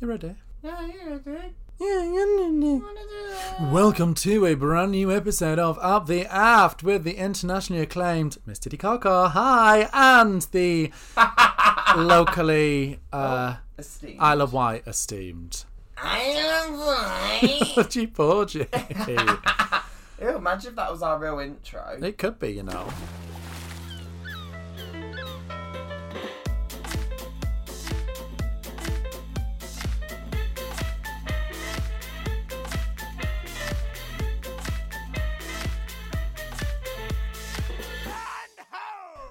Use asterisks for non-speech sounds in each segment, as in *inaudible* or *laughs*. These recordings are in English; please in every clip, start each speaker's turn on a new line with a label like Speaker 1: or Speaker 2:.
Speaker 1: You're ready.
Speaker 2: Yeah, yeah, dude.
Speaker 1: Yeah, yeah, yeah, yeah.
Speaker 2: Wanna do that?
Speaker 1: Welcome to a brand new episode of Up the Aft with the internationally acclaimed Miss Diddy Cocker. Hi, and *laughs* the locally uh,
Speaker 2: Esteem.
Speaker 1: Isle of Wight esteemed
Speaker 2: *laughs* I am fine.
Speaker 1: G Porgy. *laughs*
Speaker 2: Ew, imagine if that was our real intro.
Speaker 1: it could be, you know.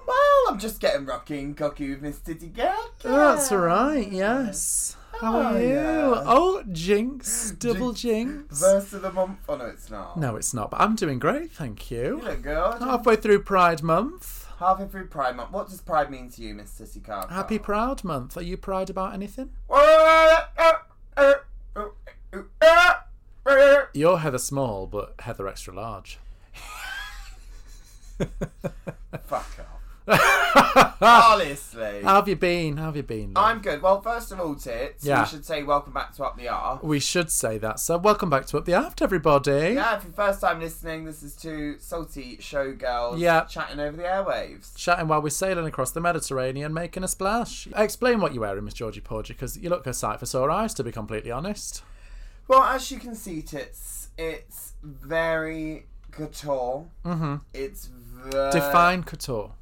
Speaker 2: Well, I'm just getting rocking cocky with Miss Titty Girl.
Speaker 1: Oh, That's right. Yes. How
Speaker 2: Oh,
Speaker 1: are you?
Speaker 2: yeah.
Speaker 1: Oh, Jinx, double Jinx.
Speaker 2: Verse of the month. Oh no, it's not.
Speaker 1: No, it's not. But I'm doing great, thank you.
Speaker 2: You look good.
Speaker 1: Halfway through Pride Month.
Speaker 2: Halfway through Pride Month. What does Pride mean to you, Miss Titty Girl?
Speaker 1: Happy Proud Month. Are you proud about anything?
Speaker 2: Pride.
Speaker 1: You're Heather Small, but Heather Extra Large.
Speaker 2: *laughs* Fuck off.
Speaker 1: Ah.
Speaker 2: Honestly.
Speaker 1: How have you been? How have you been? love?
Speaker 2: I'm good. Well, first of all, Tits,
Speaker 1: Yeah.
Speaker 2: we should say welcome back to Up the R.
Speaker 1: We should say that. So, welcome back to Up the Aft, everybody.
Speaker 2: Yeah, if you're first time listening, this is two salty showgirls
Speaker 1: Yeah.
Speaker 2: chatting over the airwaves.
Speaker 1: Chatting while we're sailing across the Mediterranean, making a splash. Explain what you're wearing, Miss Georgie Porgy, because you look a sight for sore eyes, to be completely honest.
Speaker 2: Well, as you can see, Tits, it's very couture.
Speaker 1: Mm-hmm.
Speaker 2: It's very...
Speaker 1: Define couture.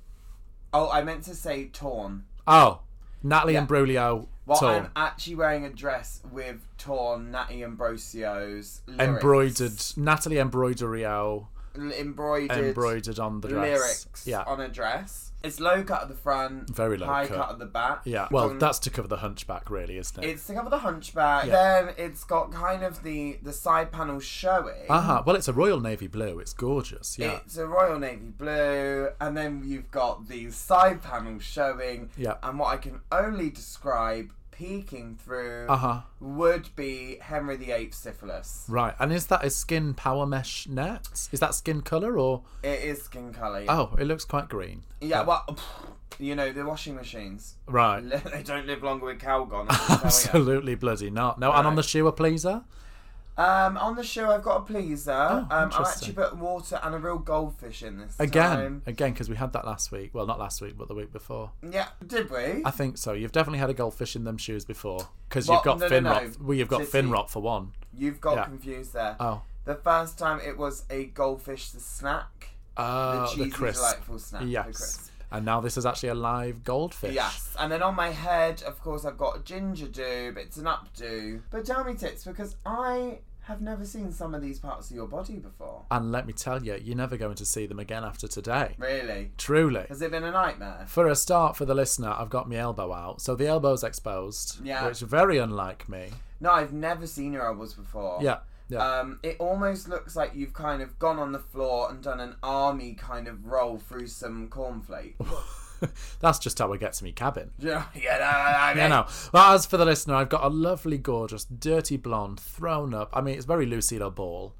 Speaker 2: Oh, I meant to say torn.
Speaker 1: Oh, Natalie
Speaker 2: yeah.
Speaker 1: Imbruglia
Speaker 2: Well,
Speaker 1: torn.
Speaker 2: I'm actually wearing a dress with torn Natty Ambrosio's lyrics.
Speaker 1: embroidered. Natalie Embroiderio
Speaker 2: L- embroidered,
Speaker 1: embroidered on the dress.
Speaker 2: lyrics
Speaker 1: Yeah.
Speaker 2: on a dress. It's low cut at the front,
Speaker 1: Very low
Speaker 2: high
Speaker 1: cut.
Speaker 2: cut. at the back.
Speaker 1: Yeah. Well,
Speaker 2: Um,
Speaker 1: that's to cover the hunchback, really, isn't it?
Speaker 2: It's to cover the hunchback. Then it's got kind of the the side panel showing.
Speaker 1: Uh huh. Well, it's a Royal Navy blue. It's gorgeous. Yeah.
Speaker 2: It's a Royal Navy blue, and then you've got the side panel showing.
Speaker 1: Yeah.
Speaker 2: And what I can only describe peeking through
Speaker 1: Uh huh.
Speaker 2: would be Henry VIII syphilis.
Speaker 1: Right. And is that a skin power mesh net? Is that skin colour or?
Speaker 2: It is skin colour. yeah.
Speaker 1: Oh, it looks quite green.
Speaker 2: yeah, well, pff, you know, the washing machines. *laughs*
Speaker 1: Right. *laughs*
Speaker 2: they don't live longer with Calgon. I can tell ya.
Speaker 1: Absolutely bloody not. No. And on
Speaker 2: Right.
Speaker 1: the shoe, a pleaser.
Speaker 2: Um, on the show, I've got a pleaser. um, I've
Speaker 1: Oh, interesting.
Speaker 2: actually put water and a real goldfish in this
Speaker 1: Again,
Speaker 2: time.
Speaker 1: again, because we had that last week. Well, not last week, but the week before.
Speaker 2: Yeah, did we?
Speaker 1: I think so. You've definitely had a goldfish in them shoes before, because
Speaker 2: Well,
Speaker 1: you've got
Speaker 2: no, no, no.
Speaker 1: Finrod. Well, you've got
Speaker 2: Sissy.
Speaker 1: Finrod for one.
Speaker 2: You've got
Speaker 1: Yeah.
Speaker 2: confused there.
Speaker 1: Oh,
Speaker 2: The first time it was a goldfish, the snack,
Speaker 1: uh,
Speaker 2: the
Speaker 1: the,
Speaker 2: cheesy,
Speaker 1: crisp.
Speaker 2: delightful snack. the
Speaker 1: Yes.
Speaker 2: crisp.
Speaker 1: And now this is actually a live goldfish.
Speaker 2: Yes, and then on my head, of course, I've got a ginger doob. It's an updo. But tell me, tits, because I have never seen some of these parts of your body before.
Speaker 1: And let me tell you, you're never going to see them again after today.
Speaker 2: Really?
Speaker 1: Truly.
Speaker 2: Has it been a nightmare?
Speaker 1: For a start, for the listener, I've got my elbow out, so the elbow's exposed,
Speaker 2: Yeah.
Speaker 1: which is very unlike me.
Speaker 2: No, I've never seen your elbows before.
Speaker 1: Yeah, yeah.
Speaker 2: Um, it almost looks like you've kind of gone on the floor and done an army kind of roll through some
Speaker 1: *laughs*
Speaker 2: cornflakes. *laughs* Uh,
Speaker 1: That's just how I get to me cabin.
Speaker 2: yeah, yeah, no, no, no, I
Speaker 1: Yeah,
Speaker 2: mean-
Speaker 1: no. Well, as for the listener, I've got a lovely, gorgeous, dirty blonde thrown up. I mean, it's very Lucilla Ball,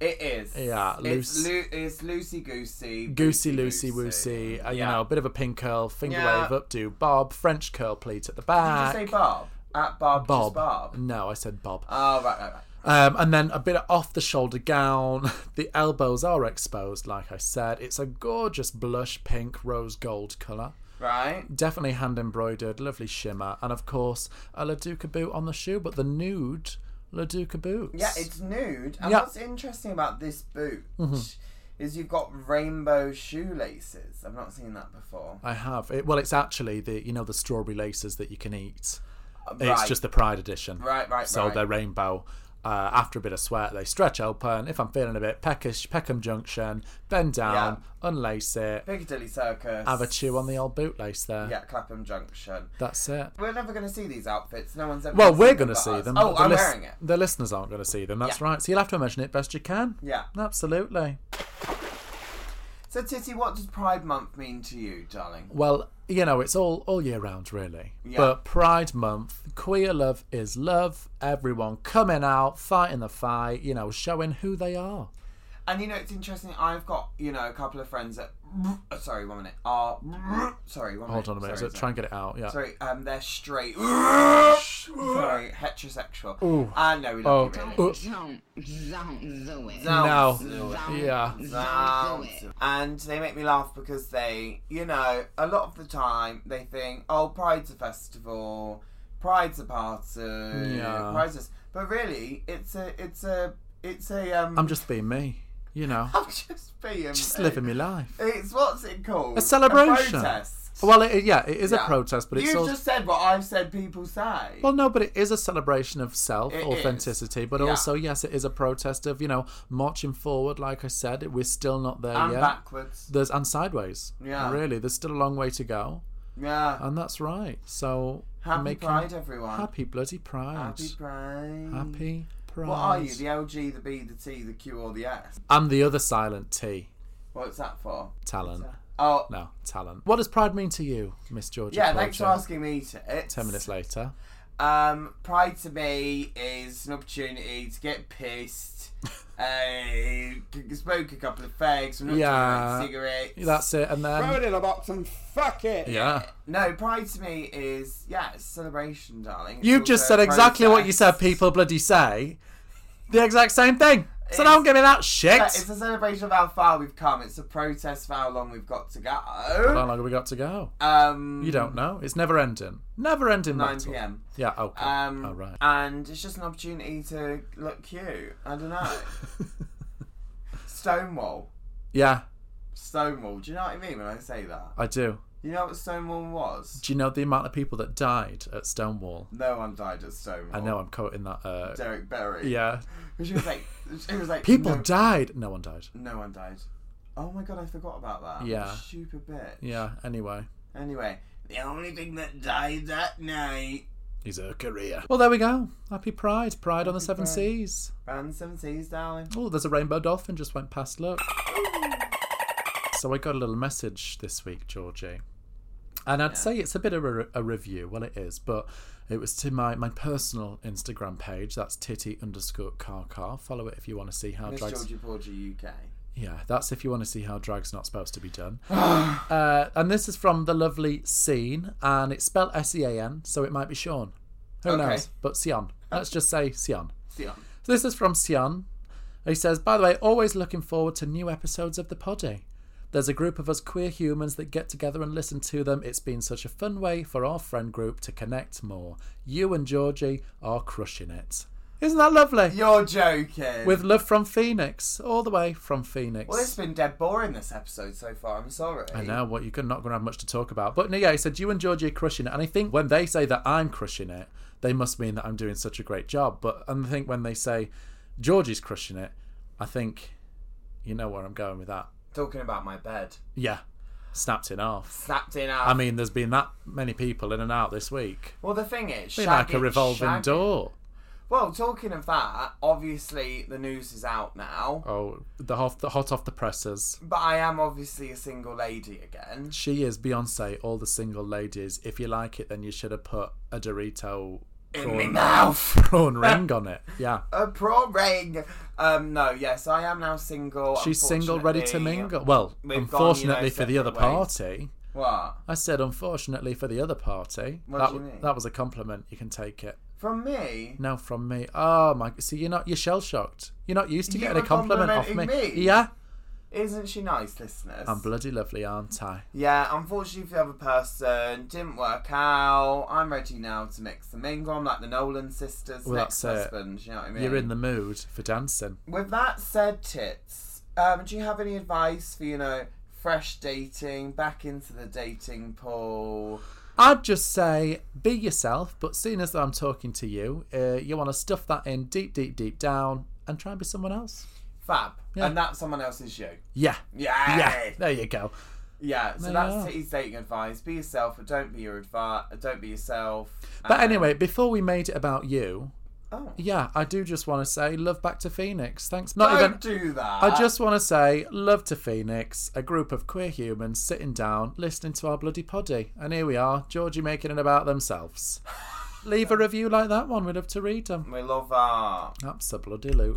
Speaker 2: It is.
Speaker 1: Yeah,
Speaker 2: It's,
Speaker 1: loose-
Speaker 2: loo- it's loosey goosey.
Speaker 1: goosey,
Speaker 2: loosey
Speaker 1: loosey, woosey. Uh, you
Speaker 2: Yeah.
Speaker 1: know, a bit of a pink curl, finger
Speaker 2: Yeah.
Speaker 1: wave, updo, bob, French curl pleats at the
Speaker 2: Did you
Speaker 1: back.
Speaker 2: say Bob? At Bob.
Speaker 1: bob?
Speaker 2: Just Bob.
Speaker 1: No, I said bob.
Speaker 2: Oh right, right, right.
Speaker 1: Um, and then a bit of off the shoulder gown. *laughs* The elbows are exposed, like I said. It's a gorgeous blush pink rose gold colour.
Speaker 2: Right.
Speaker 1: Definitely hand embroidered, lovely shimmer. And of course, a Laduca boot on the shoe, but the nude Laduca boots.
Speaker 2: Yeah, it's nude. And
Speaker 1: Yeah. Mm-hmm.
Speaker 2: what's interesting about this boot is you've got rainbow shoelaces. I've not seen that before.
Speaker 1: I have. It, well, it's actually the, you know, the strawberry laces that you can eat. It's
Speaker 2: right.
Speaker 1: just the Pride edition.
Speaker 2: right, right,
Speaker 1: So
Speaker 2: right.
Speaker 1: they're rainbow. Uh, after a bit of sweat, they stretch open. If I'm feeling a bit peckish, Peckham Junction, bend down, unlace it,
Speaker 2: Piccadilly Circus.
Speaker 1: have a chew on the old bootlace there.
Speaker 2: Yeah, Clapham Junction.
Speaker 1: That's it.
Speaker 2: We're never going to see these outfits. No one's ever.
Speaker 1: Well,
Speaker 2: seen
Speaker 1: we're going to
Speaker 2: but
Speaker 1: see
Speaker 2: us.
Speaker 1: them.
Speaker 2: Oh,
Speaker 1: but the
Speaker 2: I'm
Speaker 1: lis-
Speaker 2: wearing it.
Speaker 1: The listeners aren't going to see them. That's right. So you'll have to imagine it best you can.
Speaker 2: Yeah.
Speaker 1: Absolutely.
Speaker 2: So, Titty, what does Pride Month mean to you, darling?
Speaker 1: Well, you know, it's all all year round, really.
Speaker 2: Yeah.
Speaker 1: But Pride Month, queer love is love. Everyone coming out, fighting the fight. You know, showing who they are.
Speaker 2: And you know, it's interesting. I've got you know a couple of friends that *sniffs* sorry, one minute. Are *sniffs* sorry, one minute.
Speaker 1: Hold on a minute.
Speaker 2: Sorry,
Speaker 1: so try and get it out. Yeah.
Speaker 2: sorry. sorry, um, they're straight. *sniffs* sorry, heterosexual.
Speaker 1: Ooh.
Speaker 2: I know we love you,
Speaker 1: Oh.
Speaker 2: really.
Speaker 1: Uh.
Speaker 3: Don't, don't, don't do
Speaker 2: Don't
Speaker 3: it.
Speaker 1: No.
Speaker 2: do it.
Speaker 3: Don't,
Speaker 1: Yeah.
Speaker 3: Don't do it.
Speaker 2: Um, And they make me laugh because they, you know, a lot of the time they think, oh, Pride's a festival, Pride's a party,
Speaker 1: Yeah.
Speaker 2: Pride's this. But really, it's a, it's a, it's a, um,
Speaker 1: I'm just being me. You know,
Speaker 2: *laughs* I'm just being,
Speaker 1: just living my
Speaker 2: *laughs*
Speaker 1: life.
Speaker 2: It's what's it called?
Speaker 1: A celebration.
Speaker 2: A protest.
Speaker 1: Well, it, yeah, it is a
Speaker 2: Yeah.
Speaker 1: protest, but it's
Speaker 2: You've
Speaker 1: also
Speaker 2: just said what I've said people say.
Speaker 1: Well, no, but it is a celebration of self
Speaker 2: It
Speaker 1: authenticity, but
Speaker 2: Yeah.
Speaker 1: also, yes, it is a protest of you know marching forward. Like I said, we're still not there
Speaker 2: and
Speaker 1: yet.
Speaker 2: backwards.
Speaker 1: There's and sideways.
Speaker 2: Yeah.
Speaker 1: really, there's still a long way to go,
Speaker 2: Yeah.
Speaker 1: and that's right. So
Speaker 2: happy
Speaker 1: making-
Speaker 2: Pride, everyone.
Speaker 1: happy bloody pride,
Speaker 2: Happy Pride.
Speaker 1: Happy pride.
Speaker 2: What are you? The LG, the B, the T, the Q, or the S?
Speaker 1: I'm the other silent T.
Speaker 2: What's that for?
Speaker 1: Talent.
Speaker 2: Oh,
Speaker 1: No, talent. What does pride mean to you, Miss Georgia?
Speaker 2: yeah. Thanks for
Speaker 1: Porcher?
Speaker 2: asking me to. It's,
Speaker 1: Ten minutes later.
Speaker 2: Um, Pride to me is an opportunity to
Speaker 1: *laughs*
Speaker 2: get pissed. uh, c- smoke a couple of fags. I'm not
Speaker 1: Yeah.
Speaker 2: doing cigarettes.
Speaker 1: That's it, and then
Speaker 4: Throw it in a box and fuck it.
Speaker 1: yeah.
Speaker 2: No, Pride to me is yeah, it's a celebration, darling. It's
Speaker 1: You've just
Speaker 2: also
Speaker 1: said
Speaker 2: a
Speaker 1: exactly what you
Speaker 2: process.
Speaker 1: said people bloody say. The exact same thing. So
Speaker 2: It's-
Speaker 1: don't give me that shit.
Speaker 2: Yeah, It's a celebration of how far we've come. It's a protest for how long we've got to
Speaker 1: How
Speaker 2: go.
Speaker 1: long have we got to go?
Speaker 2: Um,
Speaker 1: You don't know. It's never ending. Never ending
Speaker 2: 9
Speaker 1: battle.
Speaker 2: p.m.
Speaker 1: Yeah, okay.
Speaker 2: Um,
Speaker 1: All right. *laughs*
Speaker 2: And it's just an opportunity to look cute. I don't know. Stonewall.
Speaker 1: yeah,
Speaker 2: Stonewall. Do you know what I mean when I say that?
Speaker 1: I do.
Speaker 2: You know what Stonewall was?
Speaker 1: Do you know the amount of people that died at Stonewall?
Speaker 2: No one died at Stonewall.
Speaker 1: I know I'm quoting that. Uh,
Speaker 2: Derek Berry.
Speaker 1: yeah.
Speaker 2: She was like, she was like
Speaker 1: People
Speaker 2: no,
Speaker 1: died. No one died.
Speaker 2: no one died. Oh my god, I forgot about that.
Speaker 1: Yeah.
Speaker 2: Stupid bitch.
Speaker 1: Yeah, anyway.
Speaker 2: Anyway, the only thing that died that night.
Speaker 1: He's a career. Well, there we go. Happy Pride. Pride on the Seven
Speaker 2: Pride.
Speaker 1: Seas.
Speaker 2: Ran seven seas, darling.
Speaker 1: Oh, there's a rainbow dolphin just went past. Look. So I got a little message this week, Georgie. And I'd say it's a bit of a, a review. Well, it is, but it was to my, my personal Instagram page. That's titty underscore car car. Follow it if you want to see how
Speaker 2: Miss
Speaker 1: drags.
Speaker 2: Georgie Porter UK.
Speaker 1: Yeah, that's if you want to see how drag's not supposed to be
Speaker 2: *sighs*
Speaker 1: done. uh, and this is from the lovely Scene, and it's spelled S E A N, so it might be Sean. Who
Speaker 2: Okay. Uh,
Speaker 1: knows? But Sion. Let's just say Sion.
Speaker 2: See ya.
Speaker 1: So this is from Sian. He says, By the way, always looking forward to new episodes of the poddy. There's a group of us queer humans that get together and listen to them. It's been such a fun way for our friend group to connect more. You and Georgie are crushing it. Isn't that lovely?
Speaker 2: You're joking.
Speaker 1: With love from Phoenix, all the way from Phoenix.
Speaker 2: Well, it's been dead boring this episode so far. I'm sorry.
Speaker 1: I know what you're not going to have much to talk about. But no, yeah, he said you and Georgie are crushing it, and I think when they say that I'm crushing it, they must mean that I'm doing such a great job. But and I think when they say Georgie's crushing it, I think you know where I'm going with that.
Speaker 2: Talking about my bed.
Speaker 1: Yeah, snapped in half.
Speaker 2: Snapped in half.
Speaker 1: I mean, there's been that many people in and out this week.
Speaker 2: well, the thing is,
Speaker 1: Been
Speaker 2: Shaggy,
Speaker 1: like a revolving
Speaker 2: Shaggy-
Speaker 1: door.
Speaker 2: Well, talking of that, obviously the news is out now.
Speaker 1: Oh, the hot, the hot off the presses.
Speaker 2: But I am obviously a single lady again.
Speaker 1: She is Beyonce. All the single ladies. If you like it, then you should have put a Dorito
Speaker 2: In my
Speaker 1: prawn,
Speaker 2: mouth. *laughs*
Speaker 1: prawn ring on it. Yeah.
Speaker 2: A pro ring. Um, no, yes, I am now single.
Speaker 1: She's single, ready to
Speaker 2: unfortunately.
Speaker 1: mingle. Well,
Speaker 2: We've gone,
Speaker 1: unfortunately
Speaker 2: you know,
Speaker 1: for the other
Speaker 2: separate ways.
Speaker 1: party.
Speaker 2: What?
Speaker 1: I said, unfortunately for the other party.
Speaker 2: What
Speaker 1: that,
Speaker 2: do you
Speaker 1: w-
Speaker 2: mean?
Speaker 1: that was a compliment. You can take it.
Speaker 2: From me?
Speaker 1: Now from me. Oh my! See, you're not. You're shell shocked. You're not used to
Speaker 2: You
Speaker 1: getting a
Speaker 2: were
Speaker 1: compliment off me.
Speaker 2: complimenting me?
Speaker 1: Yeah.
Speaker 2: Isn't she nice, listeners?
Speaker 1: I'm bloody lovely, aren't I?
Speaker 2: Yeah, unfortunately for the other person, didn't work out. I'm ready now to mix the mingle. I'm like the Nolan sisters,
Speaker 1: Well,
Speaker 2: next
Speaker 1: that's it.
Speaker 2: husband. You know what I mean?
Speaker 1: You're in the mood for dancing.
Speaker 2: With that said, tits. Um, do you have any advice for you know fresh dating, back into the dating pool?
Speaker 1: I'd just say be yourself. But seeing as though I'm talking to you, uh, you want to stuff that in deep, deep, deep down, and try and be someone else.
Speaker 2: Fab.
Speaker 1: Yeah.
Speaker 2: And that someone else is you.
Speaker 1: Yeah.
Speaker 2: Yeah.
Speaker 1: Yeah. There you go.
Speaker 2: Yeah,
Speaker 1: There
Speaker 2: So
Speaker 1: you
Speaker 2: that's
Speaker 1: are.
Speaker 2: titties dating advice. Be yourself, but don't be your advice. Don't be yourself.
Speaker 1: But
Speaker 2: And-
Speaker 1: anyway, before we made it about you,
Speaker 2: oh,
Speaker 1: Yeah, I do just want to say love back to Phoenix. Thanks. Not even.
Speaker 2: don't do that.
Speaker 1: I just want to say love to Phoenix, a group of queer humans sitting down, listening to our bloody poddy. And here we are, Georgie making it about
Speaker 2: *laughs*
Speaker 1: themselves. Leave a review like that one. We'd love to read them.
Speaker 2: we love that.
Speaker 1: Absolutely.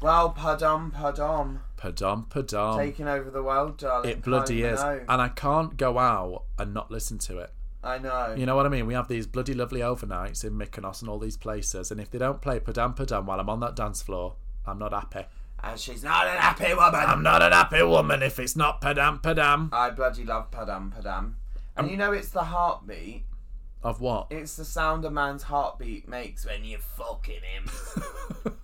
Speaker 2: Well, padom, padom.
Speaker 1: Padom, padom.
Speaker 2: Taking over the world, darling.
Speaker 1: it bloody
Speaker 2: I
Speaker 1: is.
Speaker 2: know.
Speaker 1: And I can't go out and not listen to it.
Speaker 2: I know.
Speaker 1: You know what I mean? We have these bloody lovely overnights in Mykonos and all these places. And if they don't play Padam Padam while I'm on that dance floor, I'm not happy.
Speaker 2: And she's not an happy woman.
Speaker 1: I'm not an happy woman if it's not Padam Padam.
Speaker 2: I bloody love padam, padam. And
Speaker 1: Um,
Speaker 2: you know, it's the heartbeat.
Speaker 1: Of *laughs* what?
Speaker 2: It's the sound a man's heartbeat makes when you're fucking him.
Speaker 1: *laughs*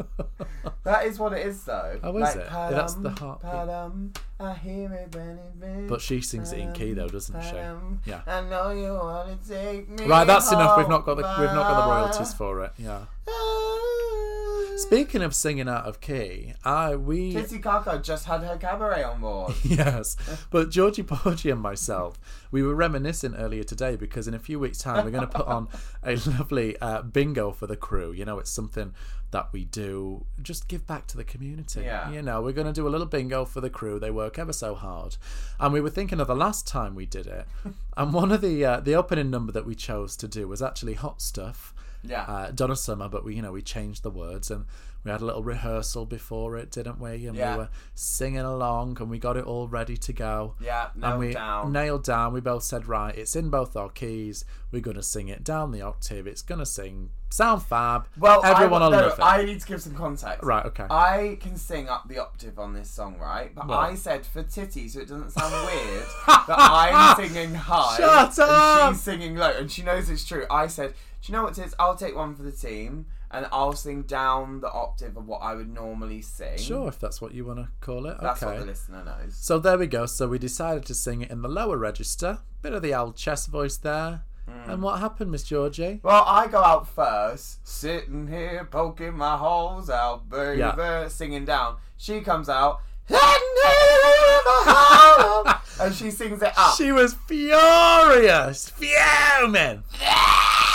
Speaker 2: That is what it is, though.
Speaker 1: Oh, is it? Yeah, that's the heartbeat.
Speaker 2: Padam, I hear it when it rings.
Speaker 1: but she sings it in key though, doesn't she?
Speaker 2: Padam,
Speaker 1: Yeah.
Speaker 2: I know you wanna take me.
Speaker 1: Right, that's enough. We've
Speaker 2: home, Ah.
Speaker 1: not got the we've not got the *laughs*
Speaker 2: but-
Speaker 1: royalties for it. Yeah. Speaking of singing out of key, I we
Speaker 2: Kitty Coco just had her cabaret
Speaker 1: *laughs*
Speaker 2: on board. *laughs*
Speaker 1: Yes. But Georgie Porgy and myself, we were reminiscing earlier today because in a few weeks' time we're going to put on
Speaker 2: *laughs*
Speaker 1: a lovely uh, bingo for the crew. You know, it's something that we do just give back to the community.
Speaker 2: Yeah.
Speaker 1: You know, we're going to do a little bingo for the crew. They work ever so hard. And we were thinking of the last time we did
Speaker 2: *laughs*
Speaker 1: it. and one of the uh, the opening number that we chose to do was actually Hot Stuff
Speaker 2: Yeah.
Speaker 1: uh, Donna Summer, but we you know we changed the words and we had a little rehearsal before it, didn't we? And
Speaker 2: Yeah.
Speaker 1: we were singing along and we got it all ready to go.
Speaker 2: yeah, no
Speaker 1: And we
Speaker 2: down.
Speaker 1: nailed down. We both said, right, it's in both our keys. We're gonna sing it down the octave. It's gonna sing sound fab.
Speaker 2: well,
Speaker 1: everyone
Speaker 2: I,
Speaker 1: will
Speaker 2: no,
Speaker 1: love it.
Speaker 2: I need to give some context.
Speaker 1: right, okay.
Speaker 2: I can sing up the octave on this song, right? But
Speaker 1: Well.
Speaker 2: I said for titty, so it doesn't
Speaker 1: *laughs*
Speaker 2: sound weird that I'm singing high
Speaker 1: Shut
Speaker 2: and
Speaker 1: up!
Speaker 2: she's singing low, and she knows it's true. I said, "Do you know what it is? I'll take one for the team, and I'll sing down the octave of what I would normally sing."
Speaker 1: sure, if that's what you wanna call it.
Speaker 2: that's
Speaker 1: okay.
Speaker 2: what the listener knows.
Speaker 1: So there we go. So we decided to sing it in the lower register. Bit of the old chest voice there.
Speaker 2: Hmm.
Speaker 1: And what happened, Miss Georgie?
Speaker 2: Well, I go out first, sitting here poking my holes out, baby,
Speaker 1: Yeah.
Speaker 2: singing down. She comes out. *laughs* and she sings it up.
Speaker 1: She was furious, fuming.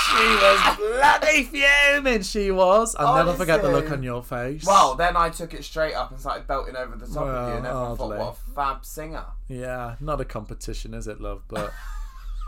Speaker 1: she
Speaker 2: *laughs*
Speaker 1: was bloody fuming. She was. I'll never forget the look
Speaker 2: Honestly.
Speaker 1: on your face.
Speaker 2: Well, then I took it straight up and started belting over the top of you, and
Speaker 1: Well,
Speaker 2: everyone thought,
Speaker 1: hardly.
Speaker 2: "What a fab singer!"
Speaker 1: yeah, not a competition, is it, love?
Speaker 2: *laughs*
Speaker 1: But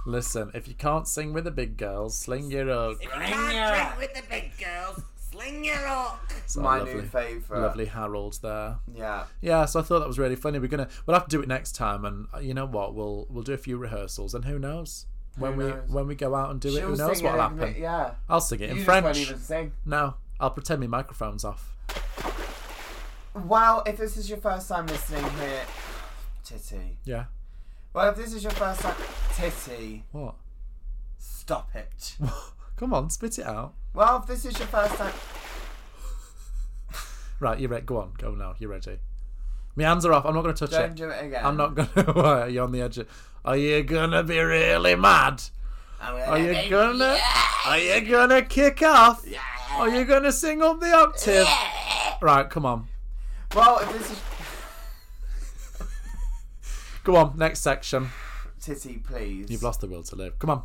Speaker 1: listen, if you can't sing with the big girls, sling your own.
Speaker 2: Yeah.
Speaker 3: with the big girls. Sling your rock.
Speaker 1: So
Speaker 2: My
Speaker 1: Oh, lovely,
Speaker 2: new favourite.
Speaker 1: lovely Harold there.
Speaker 2: Yeah.
Speaker 1: Yeah, so I thought that was really funny. We're gonna we'll have to do it next time, and uh, you know what? We'll we'll do a few rehearsals, and who knows when
Speaker 2: knows?
Speaker 1: we when we go out and do it? Who
Speaker 2: She'll
Speaker 1: knows
Speaker 2: sing
Speaker 1: what'll
Speaker 2: it in-
Speaker 1: happen?
Speaker 2: Yeah.
Speaker 1: I'll sing it
Speaker 2: you
Speaker 1: in
Speaker 2: just
Speaker 1: French.
Speaker 2: won't even sing.
Speaker 1: No, I'll pretend my microphone's off.
Speaker 2: Well, if this is your first time listening here, titty.
Speaker 1: Yeah.
Speaker 2: Well, if this is your first time, titty,
Speaker 1: What?
Speaker 2: stop it.
Speaker 1: Come on, spit it out.
Speaker 2: Well, if this is your first time,
Speaker 1: Right, you're ready. Go on, go now. You're ready. My hands are off. I'm not going to touch
Speaker 2: don't
Speaker 1: it.
Speaker 2: do it again.
Speaker 1: I'm not going *laughs* to. Are you on the edge? Of... Are you going to be really mad?
Speaker 2: I'm
Speaker 1: Are
Speaker 2: gonna-
Speaker 1: you going to? Are you going to kick off? Are you going to sing up the octave? Right, come on.
Speaker 2: Well, if this is
Speaker 1: Go on, next section.
Speaker 2: titty, please.
Speaker 1: You've lost the will to live. Come on.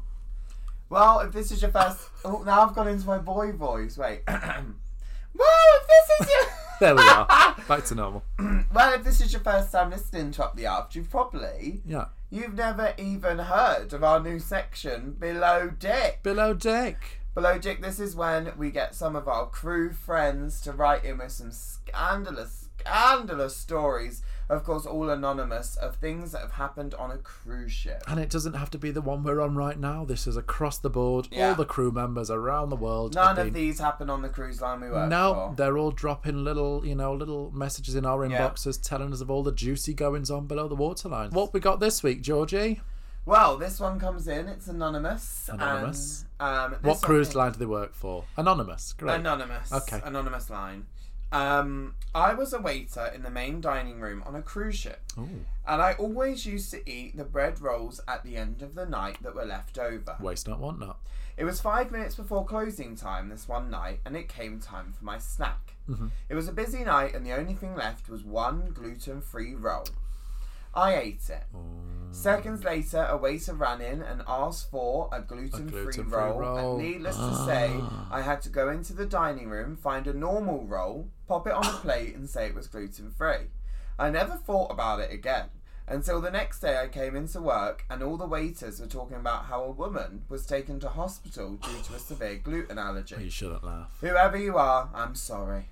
Speaker 2: Well, if this is your first, oh, now I've gone into my boy voice. Wait. *clears throat* well, if this is your.
Speaker 1: *laughs* There we
Speaker 2: *laughs*
Speaker 1: are. Back to normal.
Speaker 2: Well, if this is your first time listening to Up the Arch, you've probably
Speaker 1: Yeah.
Speaker 2: you've never even heard of our new section Below Dick.
Speaker 1: Below deck.
Speaker 2: Below Dick, this is when we get some of our crew friends to write in with some scandalous, scandalous stories. Of course, all anonymous of things that have happened on a cruise ship.
Speaker 1: And it doesn't have to be the one we're on right now. This is across the board.
Speaker 2: Yeah.
Speaker 1: All the crew members around the world. have
Speaker 2: None
Speaker 1: been
Speaker 2: of these happen on the cruise line we work
Speaker 1: No,
Speaker 2: for.
Speaker 1: they're all dropping little, you know, little messages in our
Speaker 2: Yeah.
Speaker 1: inboxes telling us of all the juicy goings on below the waterline. What we got this week, Georgie?
Speaker 2: Well, this one comes in. It's anonymous. and,
Speaker 1: Anonymous.
Speaker 2: um, this
Speaker 1: What
Speaker 2: one-
Speaker 1: cruise line do they work for? Anonymous, great.
Speaker 2: Anonymous.
Speaker 1: Okay.
Speaker 2: Anonymous line. Um, I was a waiter in the main dining room on a cruise ship,
Speaker 1: Ooh,
Speaker 2: and I always used to eat the bread rolls at the end of the night that were left over.
Speaker 1: waste not, want not.
Speaker 2: It was five minutes before closing time this one night, and it came time for my snack.
Speaker 1: Mm-hmm.
Speaker 2: It was a busy night, and the only thing left was one gluten free roll. I ate it.
Speaker 1: Oh.
Speaker 2: Seconds later, a waiter ran in and asked for a gluten free
Speaker 1: gluten-free
Speaker 2: roll,
Speaker 1: roll. Ah.
Speaker 2: And needless to say, I had to go into the dining room, find a normal roll, pop it on a plate, and say it was gluten free. I never thought about it again until the next day I came into work and all the waiters were talking about how a woman was taken to hospital due to a severe gluten
Speaker 1: You
Speaker 2: allergy.
Speaker 1: shouldn't laugh.
Speaker 2: Whoever you are, I'm sorry.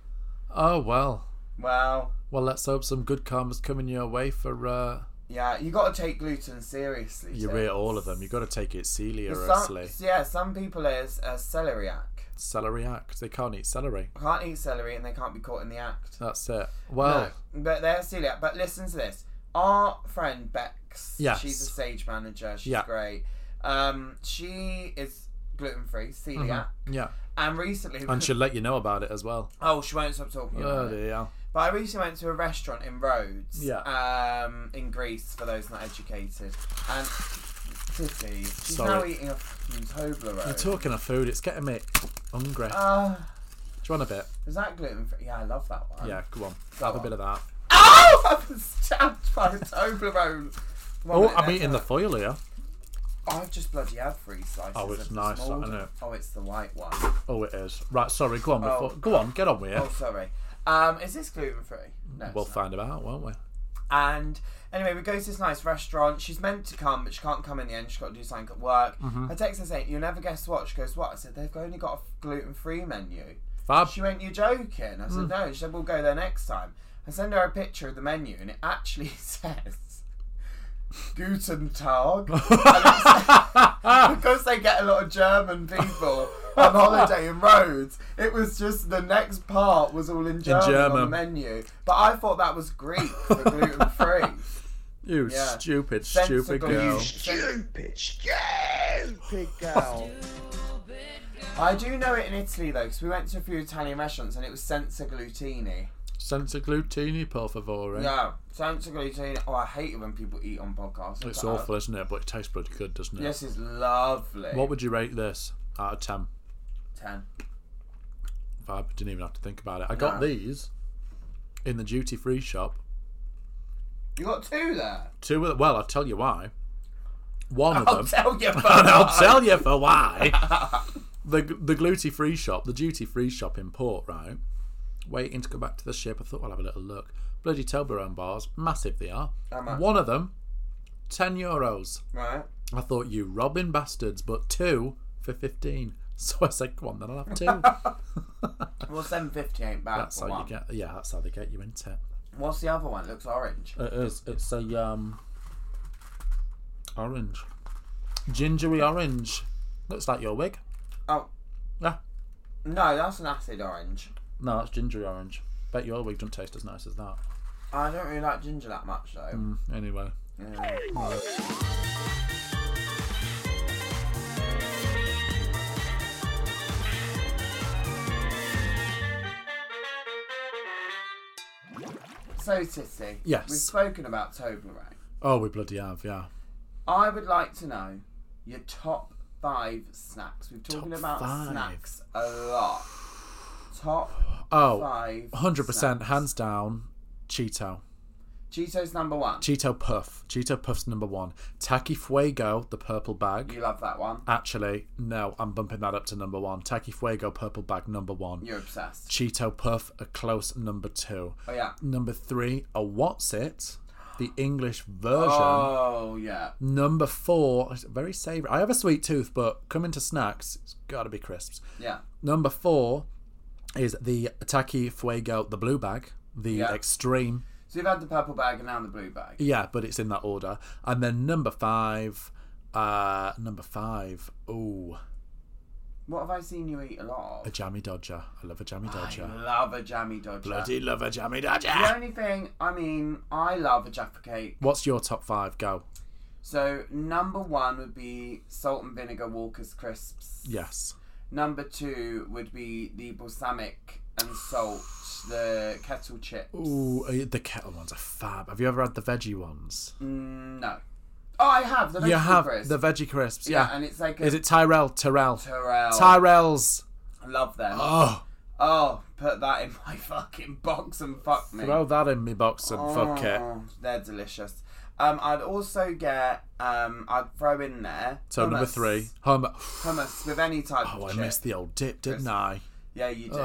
Speaker 1: Oh well,
Speaker 2: Well,
Speaker 1: Well, let's hope some good karma's coming your way for uh,
Speaker 2: yeah, you got to take gluten seriously.
Speaker 1: you.
Speaker 2: Tim.
Speaker 1: Read all of them. You've got to take it
Speaker 2: Some,
Speaker 1: seriously.
Speaker 2: yeah, some people are, are celery act.
Speaker 1: Celery act. They can't eat celery.
Speaker 2: Can't eat celery and they can't be caught in the act.
Speaker 1: That's it. Well,
Speaker 2: No, but they're celiac. But listen to this. Our friend Bex,
Speaker 1: Yes.
Speaker 2: she's a stage manager. She's
Speaker 1: Yeah.
Speaker 2: great. Um, she is gluten free, celiac,
Speaker 1: yeah.
Speaker 2: and recently,
Speaker 1: Mm-hmm. And she'll let you know about it as well.
Speaker 2: *laughs* oh, she won't stop talking about it.
Speaker 1: Bloody hell.
Speaker 2: But I recently went to a restaurant in Rhodes,
Speaker 1: Yeah.
Speaker 2: um, in Greece, for those not educated, and. Pity. She's
Speaker 1: Sorry.
Speaker 2: now eating a fucking Toblerone.
Speaker 1: You're talking of food. It's getting me hungry.
Speaker 2: Ah,
Speaker 1: Do you want a bit?
Speaker 2: is that gluten free? Yeah, I love that one.
Speaker 1: Yeah, go on.
Speaker 2: Go
Speaker 1: Have a
Speaker 2: on.
Speaker 1: bit of that.
Speaker 2: *laughs* Oh, I've been stabbed by a Toblerone. One
Speaker 1: Oh,
Speaker 2: minute
Speaker 1: I'm
Speaker 2: left.
Speaker 1: eating the foil here.
Speaker 2: I've just bloody had three slices.
Speaker 1: Oh, it's
Speaker 2: of this
Speaker 1: nice, that,
Speaker 2: mould.
Speaker 1: isn't it?
Speaker 2: Oh, it's the white one.
Speaker 1: Oh, it is. Right, sorry. Go on.
Speaker 2: Oh.
Speaker 1: Before, go on. Get on with it.
Speaker 2: Oh, sorry. Um, is this gluten free? No.
Speaker 1: we'll
Speaker 2: it's not.
Speaker 1: find out, won't we?
Speaker 2: And anyway, we go to this nice restaurant. She's meant to come, but she can't come in the end. She's got to do something at work.
Speaker 1: Mm-hmm.
Speaker 2: I text her saying, "You'll never guess what." She goes, "What?" I said, "They've only got a gluten free menu."
Speaker 1: Fab.
Speaker 2: She went, "You're joking." I said,
Speaker 1: Mm.
Speaker 2: "No." She said, "We'll go there next time." I send her a picture of the menu, and it actually *laughs* says Guten Tag.
Speaker 1: *laughs*
Speaker 2: because they get a lot *laughs* of German people
Speaker 1: *laughs*
Speaker 2: on holiday in Rhodes. It was just the next part was all in German, on the
Speaker 1: German.
Speaker 2: menu. But I thought that was Greek
Speaker 1: *laughs*
Speaker 2: for gluten free.
Speaker 1: *laughs* you
Speaker 2: yeah.
Speaker 1: stupid,
Speaker 2: Sensible.
Speaker 1: stupid girl.
Speaker 4: Stupid, stupid girl.
Speaker 2: I do know it in Italy though, because we went to a few Italian restaurants and it was senza glutini.
Speaker 1: Senza glutini, por favore.
Speaker 2: Yeah, senza glutini. Oh, I hate it when people eat on podcasts.
Speaker 1: It's
Speaker 2: Like,
Speaker 1: awful, isn't it? But it tastes pretty good, doesn't it?
Speaker 2: This is lovely.
Speaker 1: What would you rate this out of 10?
Speaker 2: ten?
Speaker 1: I didn't even have to think about it. I got
Speaker 2: No.
Speaker 1: these in the duty free shop.
Speaker 2: You got two there.
Speaker 1: Two of well, I'll tell you why. One
Speaker 2: *laughs* I'll
Speaker 1: of them.
Speaker 2: tell you.
Speaker 1: and *laughs* I'll tell you for why. *laughs* the the gluten free shop, the duty free shop in port, right? Waiting to go back to the ship, I thought I'll have a little look. Bloody Toblerone bars, massive they are.
Speaker 2: How much?
Speaker 1: One of them, ten euros.
Speaker 2: Right.
Speaker 1: I thought you robbing bastards, but two for fifteen. *laughs* So I said, "Come on, then I'll have *laughs* two.
Speaker 2: Well, seven fifty ain't bad.
Speaker 1: that's
Speaker 2: for
Speaker 1: how
Speaker 2: one.
Speaker 1: you get. Yeah, that's how they get you into it.
Speaker 2: What's the other one? It looks orange.
Speaker 1: It is. It's a um orange, gingery orange. Looks like your wig.
Speaker 2: Oh
Speaker 1: Yeah.
Speaker 2: no, that's an acid orange.
Speaker 1: No, it's gingery orange. Bet your wig doesn't taste as nice as that.
Speaker 2: I don't really like ginger that much though.
Speaker 1: Mm, Anyway,
Speaker 2: Yeah. So Tissy,
Speaker 1: Yes.
Speaker 2: we've spoken about Toblerone.
Speaker 1: oh, we bloody have, yeah.
Speaker 2: I would like to know your top five snacks. We've talking
Speaker 1: Top
Speaker 2: about
Speaker 1: five.
Speaker 2: snacks a lot. Top
Speaker 1: Oh,
Speaker 2: five.
Speaker 1: 100 percent,
Speaker 2: snacks.
Speaker 1: hands down, Cheeto,
Speaker 2: Cheetos number one.
Speaker 1: Cheeto Puff, Cheeto Puff's number one. Taki Fuego, the purple bag.
Speaker 2: you love that one.
Speaker 1: Actually, no, I'm bumping that up to number one. Taki Fuego, purple bag, number one.
Speaker 2: You're obsessed.
Speaker 1: Cheeto Puff, a close number two.
Speaker 2: Oh yeah.
Speaker 1: Number three, a What's It, the English version.
Speaker 2: Oh yeah.
Speaker 1: Number four, it's very savoury. I have a sweet tooth, but coming to snacks, it's got to be crisps.
Speaker 2: Yeah.
Speaker 1: Number four is the Taki Fuego, the blue bag, the
Speaker 2: Yeah.
Speaker 1: extreme.
Speaker 2: So you've had the purple bag and now the blue bag.
Speaker 1: Yeah, but it's in that order. And then number five, uh, number five, ooh,
Speaker 2: What have I seen you eat a lot
Speaker 1: a
Speaker 2: of?
Speaker 1: jammy dodger. I love a jammy
Speaker 2: I
Speaker 1: dodger.
Speaker 2: love a jammy dodger.
Speaker 1: Bloody love a jammy dodger.
Speaker 2: The only thing, I mean, I love a jaffa cake.
Speaker 1: What's your top five? Go.
Speaker 2: So number one would be salt and vinegar Walker's crisps.
Speaker 1: Yes.
Speaker 2: Number two would be the balsamic and salt, the kettle chips.
Speaker 1: Ooh, uh, the kettle ones are fab. Have you ever had the veggie ones?
Speaker 2: Mm, no. Oh, I have the
Speaker 1: You
Speaker 2: vegetable
Speaker 1: have
Speaker 2: crisps.
Speaker 1: the veggie crisps.
Speaker 2: yeah.
Speaker 1: Yeah.
Speaker 2: and it's like a
Speaker 1: Is it Tyrell? Tyrell.
Speaker 2: Terrell.
Speaker 1: Tyrell's.
Speaker 2: I love them. Oh.
Speaker 1: Oh,
Speaker 2: put that in my *laughs* fucking box and fuck me.
Speaker 1: throw that in me box and fuck it.
Speaker 2: Oh, They're delicious. Um, I'd also get um, I'd throw in there.
Speaker 1: So number
Speaker 2: hummus.
Speaker 1: three, hum.
Speaker 2: hummus with any type
Speaker 1: Oh,
Speaker 2: of
Speaker 1: I
Speaker 2: chip.
Speaker 1: missed the old dip, didn't I?
Speaker 2: Yeah, you did. Uh,
Speaker 1: Uh,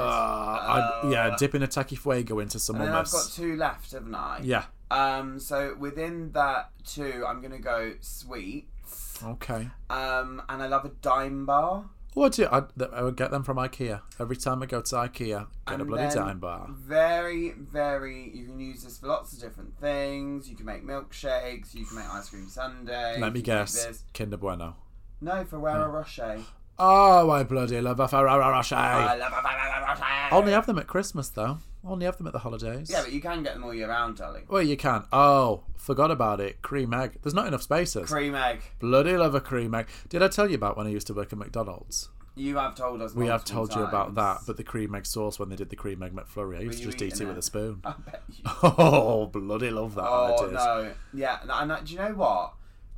Speaker 1: I yeah, dipping a taki fuego into some
Speaker 2: and then I've got
Speaker 1: hummus.
Speaker 2: two left, haven't I?
Speaker 1: Yeah.
Speaker 2: Um, so within that two, I'm gonna go sweets.
Speaker 1: Okay.
Speaker 2: Um, and I love a dime bar.
Speaker 1: What do I, th- I would get them from IKEA every time I go to IKEA? Get a
Speaker 2: And
Speaker 1: bloody
Speaker 2: then
Speaker 1: dime bar.
Speaker 2: Very, very. You can use this for lots of different things. You can make milkshakes. You can make ice cream sundae.
Speaker 1: Let me
Speaker 2: you can make
Speaker 1: guess,
Speaker 2: this.
Speaker 1: Kinder Bueno.
Speaker 2: No, Ferrero Rocher.
Speaker 1: Oh, I bloody love a Ferrero Rocher.
Speaker 2: I love Ferrero Rocher.
Speaker 1: Only have them at Christmas though. Only have them at the holidays.
Speaker 2: Yeah, but you can get them all year round, darling.
Speaker 1: Well, you can. Oh, forgot about it. Cream egg. There's not enough spaces.
Speaker 2: Cream egg.
Speaker 1: Bloody love a cream egg. Did I tell you about when I used to work at McDonald's?
Speaker 2: You have told us.
Speaker 1: We have
Speaker 2: multiple
Speaker 1: told you about that,
Speaker 2: times.
Speaker 1: but the cream egg sauce when they did the cream egg McFlurry, I used to
Speaker 2: you
Speaker 1: just eat
Speaker 2: eating
Speaker 1: it with
Speaker 2: it?
Speaker 1: a spoon.
Speaker 2: *laughs* *laughs*
Speaker 1: *laughs*
Speaker 2: I bet you.
Speaker 1: Oh, bloody love that.
Speaker 2: Oh
Speaker 1: I did.
Speaker 2: no, yeah, and, and that- do you know what?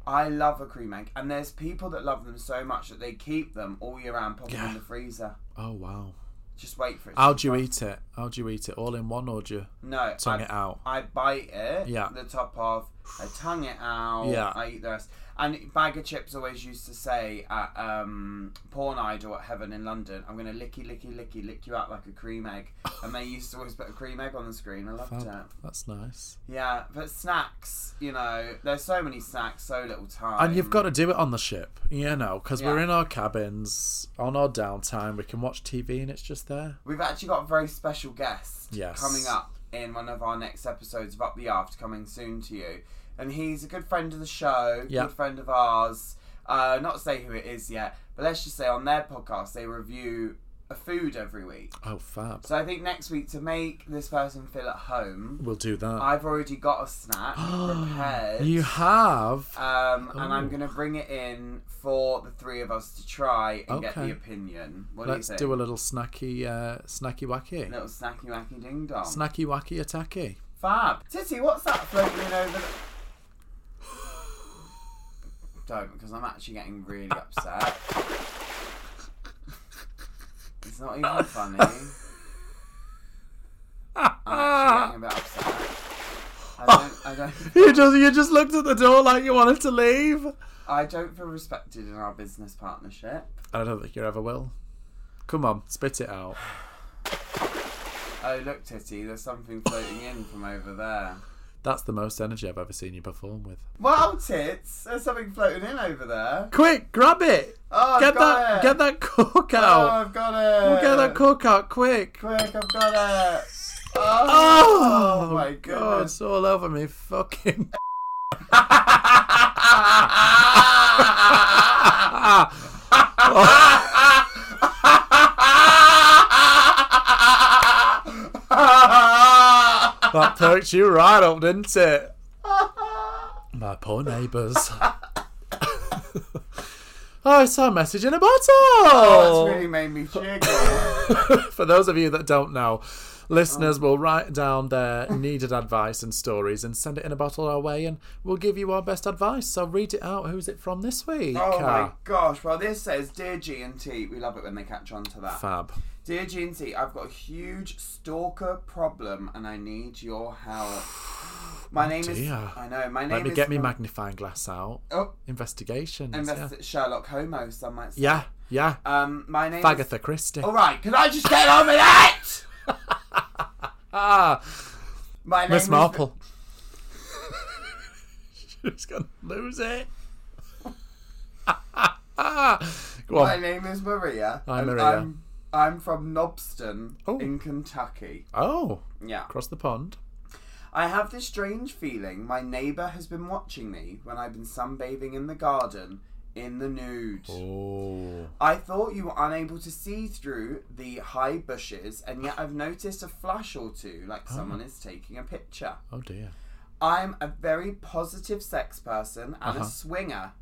Speaker 2: I love a cream egg, and there's people that love them so much that they keep them all year round, pop them
Speaker 1: Yeah.
Speaker 2: in the freezer.
Speaker 1: Oh, wow.
Speaker 2: Just wait for it. to
Speaker 1: How'd you eat
Speaker 2: frost.
Speaker 1: it? How'd you eat it? All in one, or do you
Speaker 2: No,
Speaker 1: tongue
Speaker 2: I,
Speaker 1: it out?
Speaker 2: I bite it,
Speaker 1: Yeah.
Speaker 2: the top off, I tongue it out,
Speaker 1: Yeah.
Speaker 2: I eat the rest. And Bag of Chips always used to say at um, Porn Idol at Heaven in London, I'm going to licky, licky, licky, lick you out like a
Speaker 1: *laughs*
Speaker 2: cream egg. and they used to always put a cream egg on the screen. I loved
Speaker 1: Fab.
Speaker 2: it.
Speaker 1: Oh, That's nice.
Speaker 2: Yeah, but snacks, you know, there's so many snacks, so little time.
Speaker 1: And you've got to do it on the ship, you know, because we're
Speaker 2: Yeah.
Speaker 1: in our cabins on our downtime. We can watch TV and it's just there.
Speaker 2: We've actually got a very special guest
Speaker 1: Yes.
Speaker 2: coming up in one of our next episodes of Up the Aft coming soon to you. And he's a good friend of the show,
Speaker 1: Yeah.
Speaker 2: good friend of ours. Uh, not say who it is yet, but let's just say on their podcast they review a food every week.
Speaker 1: Oh, fab.
Speaker 2: So I think next week to make this person feel at home,
Speaker 1: We'll do that.
Speaker 2: I've already got a
Speaker 1: *gasps*
Speaker 2: snack prepared.
Speaker 1: You Oh. have.
Speaker 2: Um, and I'm
Speaker 1: Ooh.
Speaker 2: going to bring it in for the three of us to try and get
Speaker 1: Okay.
Speaker 2: the opinion. What
Speaker 1: Let's
Speaker 2: do you think?
Speaker 1: do a little snacky, uh, snacky wacky.
Speaker 2: little snacky wacky ding dong.
Speaker 1: Snacky wacky attacky.
Speaker 2: Fab. Titty, what's that floating over the... Don't, because I'm actually getting really upset. It's not even funny. I'm actually getting a bit upset. I don't, I don't,
Speaker 1: *laughs* You just you just looked at the door like you wanted to leave.
Speaker 2: I don't feel respected in our business partnership.
Speaker 1: I don't think you ever will. Come on, spit it out.
Speaker 2: Oh, look, Titty, there's something floating in from over there.
Speaker 1: That's the most energy I've ever seen you perform with.
Speaker 2: Wow, Tits, there's something floating in over there.
Speaker 1: Quick, grab it.
Speaker 2: Oh, I've
Speaker 1: get
Speaker 2: got
Speaker 1: that
Speaker 2: it.
Speaker 1: get that cork
Speaker 2: Oh,
Speaker 1: out.
Speaker 2: I've got it.
Speaker 1: get that cork out quick.
Speaker 2: Quick, I've got it. Oh,
Speaker 1: Oh,
Speaker 2: my
Speaker 1: god,
Speaker 2: goodness.
Speaker 1: it's all over me fucking *laughs* Ah, That perked you right up, didn't it?
Speaker 2: *laughs*
Speaker 1: My poor neighbours. *laughs* oh, I saw a message in a bottle.
Speaker 2: Oh, *laughs* that's really made me jiggle. Oh
Speaker 1: *laughs* For those of you that don't know, listeners will write down their needed advice and stories and send it in a bottle our way, and we'll give you our best advice. So read it out. Who's it from this week?
Speaker 2: Oh my
Speaker 1: Ah,
Speaker 2: gosh! Well, this says, "Dear G and T, we love it when they catch on to that."
Speaker 1: Fab.
Speaker 2: Dear G and T, I've got a huge stalker problem, and I need your help. My name is.
Speaker 1: Oh, dear.
Speaker 2: I know. My name
Speaker 1: Let me
Speaker 2: is.
Speaker 1: get me
Speaker 2: from-
Speaker 1: magnifying glass out.
Speaker 2: Oh,
Speaker 1: Investigations.
Speaker 2: invest- Sherlock Holmes. Some might say.
Speaker 1: yeah, yeah. yeah.
Speaker 2: Um, my name. Is-
Speaker 1: Agatha Christie.
Speaker 2: All right, can I just get on with
Speaker 1: *laughs*
Speaker 2: it?
Speaker 1: Ah,
Speaker 2: My name
Speaker 1: Miss
Speaker 2: is-
Speaker 1: Marple. *laughs* She's gonna lose
Speaker 2: *laughs*
Speaker 1: it. *laughs* Go
Speaker 2: My
Speaker 1: on.
Speaker 2: name is Maria.
Speaker 1: Hi,
Speaker 2: and
Speaker 1: Maria.
Speaker 2: I'm, I'm from Knobston
Speaker 1: Oh.
Speaker 2: in Kentucky.
Speaker 1: Oh,
Speaker 2: Yeah.
Speaker 1: across the pond.
Speaker 2: I have this strange feeling my neighbour has been watching me when I've been sunbathing in the garden in the nude.
Speaker 1: Oh.
Speaker 2: I thought you were unable to see through the high bushes, and yet I've noticed a flash or two like someone is taking a picture.
Speaker 1: Oh dear.
Speaker 2: I'm a very positive sex person and
Speaker 1: Uh-huh.
Speaker 2: a swinger,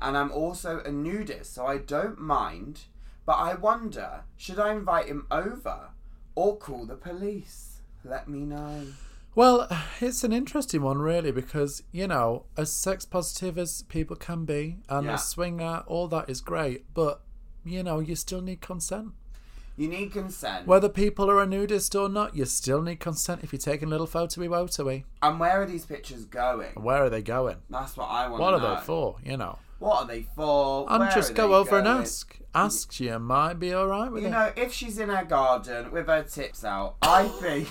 Speaker 2: and I'm also a nudist, so I don't mind. But I wonder, should I invite him over or call the police? Let me know.
Speaker 1: Well, it's an interesting one, really, because, you know, as sex positive as people can be, and
Speaker 2: Yeah.
Speaker 1: a swinger, all that is great, but, you know, you still need consent.
Speaker 2: Mm. You need consent.
Speaker 1: Whether people are a nudist or not, you still need consent if you're taking a little photoey wotoey.
Speaker 2: and where are these pictures going?
Speaker 1: Where are they going?
Speaker 2: That's what I want
Speaker 1: What
Speaker 2: to
Speaker 1: are
Speaker 2: know.
Speaker 1: they for, you know?
Speaker 2: What are they for?
Speaker 1: And
Speaker 2: Where are
Speaker 1: just
Speaker 2: they
Speaker 1: go over and
Speaker 2: going?
Speaker 1: ask. Ask, you might be all right with
Speaker 2: You
Speaker 1: it.
Speaker 2: know, if she's in her garden with her tips out, I think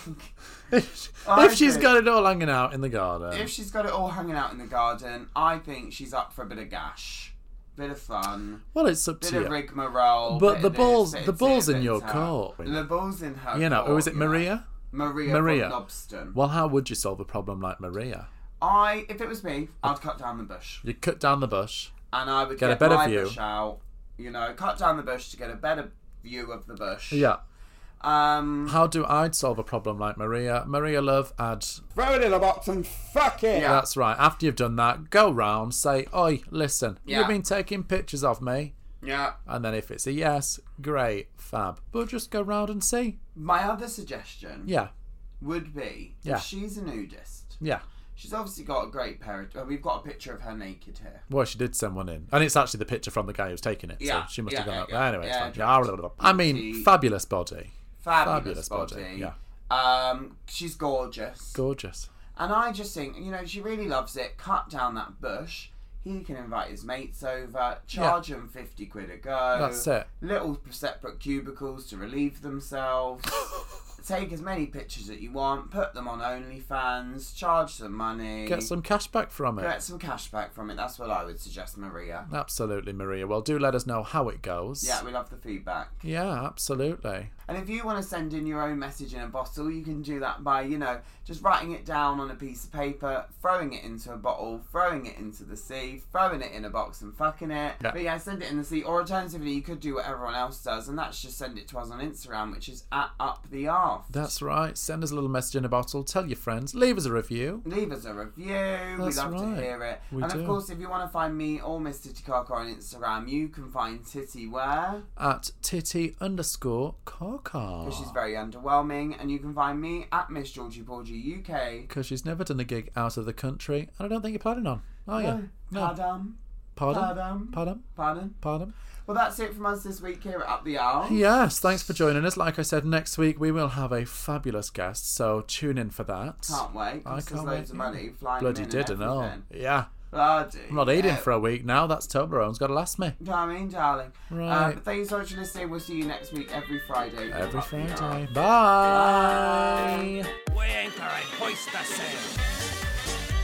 Speaker 2: *laughs*
Speaker 1: *laughs*
Speaker 2: I
Speaker 1: if she's
Speaker 2: think-
Speaker 1: got it all hanging out in the garden.
Speaker 2: if she's got it all hanging out in the garden, I think she's up for a bit of gash. bit of fun,
Speaker 1: Well, it's up
Speaker 2: bit
Speaker 1: to
Speaker 2: of
Speaker 1: you.
Speaker 2: rigmarole.
Speaker 1: But
Speaker 2: bit
Speaker 1: the
Speaker 2: of this,
Speaker 1: ball's-
Speaker 2: bit
Speaker 1: the
Speaker 2: of
Speaker 1: ball's
Speaker 2: tit,
Speaker 1: in
Speaker 2: bit
Speaker 1: your
Speaker 2: of tat.
Speaker 1: court.
Speaker 2: The ball's in her.
Speaker 1: You know,
Speaker 2: court,
Speaker 1: who is it,
Speaker 2: you know.
Speaker 1: Maria?
Speaker 2: Maria.
Speaker 1: Maria.
Speaker 2: From Knobston.
Speaker 1: Well, how would you solve a problem like Maria?
Speaker 2: I, if it was me, I'd cut down the bush,
Speaker 1: You cut down the bush.
Speaker 2: and I would
Speaker 1: Get
Speaker 2: get,
Speaker 1: a better
Speaker 2: my
Speaker 1: view.
Speaker 2: bush out. You know, cut down the bush to get a better view of the bush.
Speaker 1: Yeah.
Speaker 2: Um.
Speaker 1: How do I solve a problem like Maria? Maria, love, add.
Speaker 4: Throw it in a box and fuck it.
Speaker 2: Yeah.
Speaker 1: That's right. After you've done that, go round, say, Oi, listen, you've
Speaker 2: Yeah.
Speaker 1: been taking pictures of me.
Speaker 2: Yeah.
Speaker 1: And then if it's a yes, great, fab. But just go round and see.
Speaker 2: My other suggestion
Speaker 1: Yeah,
Speaker 2: would be
Speaker 1: Yeah.
Speaker 2: if she's a nudist.
Speaker 1: yeah.
Speaker 2: She's obviously got a great pair of. Well, we've got a picture of her naked here.
Speaker 1: Well, she did send one in. And it's actually the picture from the guy who's taking it.
Speaker 2: Yeah,
Speaker 1: So she must
Speaker 2: yeah,
Speaker 1: have gone
Speaker 2: yeah,
Speaker 1: up
Speaker 2: yeah.
Speaker 1: there. Anyway,
Speaker 2: Yeah,
Speaker 1: it's fine. Yeah, blah, blah, blah. I mean,
Speaker 2: Pretty-
Speaker 1: fabulous body. Fabulous
Speaker 2: Fabulous,
Speaker 1: body,
Speaker 2: body.
Speaker 1: yeah.
Speaker 2: Um, she's gorgeous.
Speaker 1: Gorgeous.
Speaker 2: and I just think, you know, she really loves it. Cut down that bush. He can invite his mates over, charge them 50 quid a go.
Speaker 1: That's it.
Speaker 2: Little separate cubicles to
Speaker 1: *laughs*
Speaker 2: relieve themselves. Take as many pictures that you want, put them on OnlyFans, charge some money.
Speaker 1: Get some cash back from it.
Speaker 2: Get some cash back from it. That's what I would suggest, Maria.
Speaker 1: Absolutely, Maria. Well, do let us know how it goes.
Speaker 2: Yeah, we love the feedback.
Speaker 1: Yeah, absolutely.
Speaker 2: And if you want to send in your own message in a bottle, you can do that by, you know, just writing it down on a piece of paper, throwing it into a bottle, throwing it into the sea, throwing it in a box and fucking it.
Speaker 1: Yeah.
Speaker 2: But yeah, send it in the sea. Or alternatively, you could do what everyone else does, and that's just send it to us on Instagram, which is at up the aft.
Speaker 1: That's right. Send us a little message in a bottle. Tell your friends. Leave us a review.
Speaker 2: Leave us a review.
Speaker 1: That's
Speaker 2: we love
Speaker 1: right.
Speaker 2: to hear it.
Speaker 1: We
Speaker 2: and
Speaker 1: do.
Speaker 2: of course, if you want to find me or Miss Titty Carker on Instagram, you can find Titty where?
Speaker 1: at titty underscore carcar.
Speaker 2: Because she's very underwhelming. And you can find me at Miss Georgie Porgy UK.
Speaker 1: Because she's never done a gig out of the country, and I don't think you're planning on, are you?
Speaker 2: Oh, Pardon.
Speaker 1: Pardon?
Speaker 2: Pardon.
Speaker 1: Pardon?
Speaker 2: Pardon.
Speaker 1: Pardon?
Speaker 2: Well, that's it from us this week here at Up the Owl.
Speaker 1: Yes, thanks for joining us. Like I said, next week we will have a fabulous guest, so tune in for that.
Speaker 2: Can't wait.
Speaker 1: I
Speaker 2: Cost us
Speaker 1: can't
Speaker 2: loads
Speaker 1: wait,
Speaker 2: of
Speaker 1: yeah.
Speaker 2: money. Flying
Speaker 1: Bloody
Speaker 2: in
Speaker 1: did, I
Speaker 2: and
Speaker 1: know.
Speaker 2: everything.
Speaker 1: Yeah.
Speaker 2: Bloody.
Speaker 1: I'm not eating
Speaker 2: hell.
Speaker 1: for a week now. That's Toblerone's got to last me.
Speaker 2: Do you know what I mean, darling?
Speaker 1: Right.
Speaker 2: Uh, but thank you so much for listening. We'll see you next week every Friday.
Speaker 1: Every
Speaker 2: Up the Owl.
Speaker 1: Friday. Bye.
Speaker 3: We anchor and hoist the sail.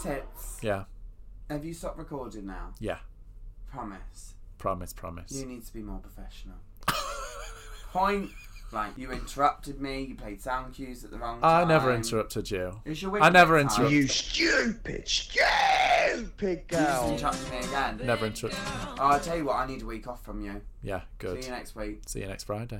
Speaker 2: Tits.
Speaker 1: Yeah,
Speaker 2: Have you stopped recording now?
Speaker 1: yeah.
Speaker 2: Promise.
Speaker 1: Promise, promise.
Speaker 2: You need to be more professional.
Speaker 1: *laughs*
Speaker 2: Point blank. You interrupted me. You played sound cues at the wrong
Speaker 1: I
Speaker 2: time.
Speaker 1: never interrupted you.
Speaker 2: It's your
Speaker 1: I never
Speaker 2: wicked time.
Speaker 1: interrupt-
Speaker 4: You stupid, stupid
Speaker 2: You just
Speaker 4: girl.
Speaker 2: interrupted me again.
Speaker 1: Never interrupted.
Speaker 2: Oh, I'll tell you what, I need a week off from you.
Speaker 1: Yeah, good.
Speaker 2: See you next week.
Speaker 1: See you next Friday.